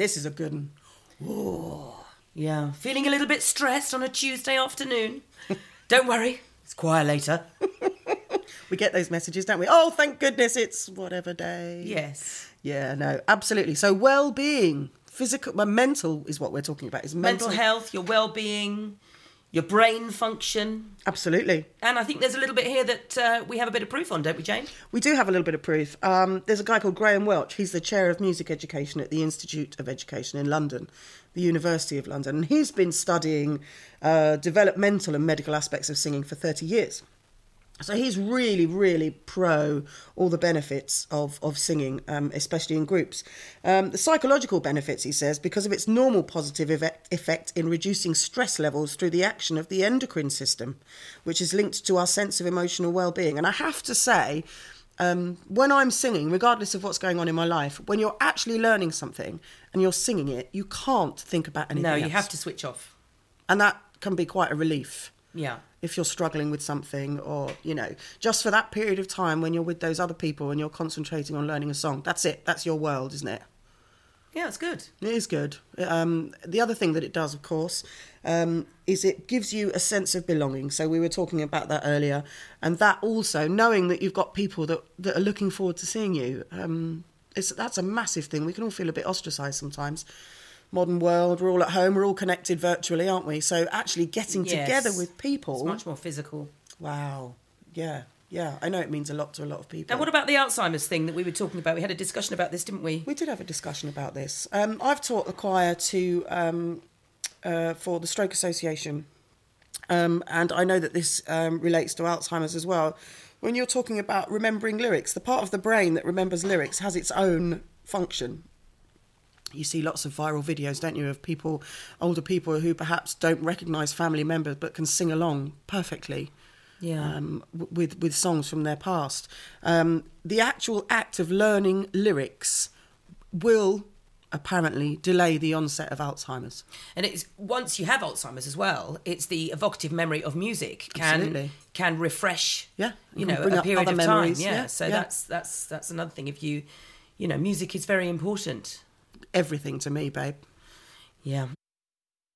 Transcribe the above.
This is a good one. Ooh. Yeah, feeling a little bit stressed on a Tuesday afternoon. Don't worry, it's quiet later. We get those messages, don't we? Oh, thank goodness it's whatever day. Yes. Yeah, no, absolutely. So well-being, physical, well, mental is what we're talking about. Is mental, Mental health, your well being, your brain function. Absolutely. And I think there's a little bit here that uh, we have a bit of proof on, don't we, Jane? We do have a little bit of proof. Um, there's a guy called Graham Welch. He's the chair of music education at the Institute of Education in London, the University of London. And he's been studying uh, developmental and medical aspects of singing for 30 years. So he's really, really pro all the benefits of, of singing, um, especially in groups. Um, the psychological benefits, he says, because of its normal positive effect, effect in reducing stress levels through the action of the endocrine system, which is linked to our sense of emotional well being. And I have to say, um, when I'm singing, regardless of what's going on in my life, when you're actually learning something and you're singing it, you can't think about anything No, you else. have to switch off. And that can be quite a relief Yeah. if you're struggling with something or you know just for that period of time when you're with those other people and you're concentrating on learning a song that's it that's your world isn't it Yeah, it's good. it is good um, the other thing that it does of course um, is it gives you a sense of belonging so we were talking about that earlier and that also knowing that you've got people that, that are looking forward to seeing you um, it's, that's a massive thing we can all feel a bit ostracized sometimes modern world we're all at home we're all connected virtually aren't we so actually getting Yes. together with people It's much more physical. Wow. Yeah. Yeah. I know it means a lot to a lot of people. Now, what about the Alzheimer's thing that we were talking about? We had a discussion about this, didn't we? we did have a discussion about this. Um, I've taught the choir to um, uh, for the Stroke Association, um, and I know that this um, relates to Alzheimer's as well. When you're talking about remembering lyrics, the part of the brain that remembers lyrics has its own function. You see lots of viral videos, don't you, of people, older people who perhaps don't recognise family members but can sing along perfectly. Yeah. um, w- with with songs from their past. Um, the actual act of learning lyrics will apparently delay the onset of Alzheimer's. And it's once you have Alzheimer's as well, it's the evocative memory of music can Absolutely. can refresh. Yeah, and you know, can bring a up period other of memories. time. Yeah, Yeah, so yeah. that's that's that's another thing. If you, you know, music is very important. Everything to me, babe. Yeah.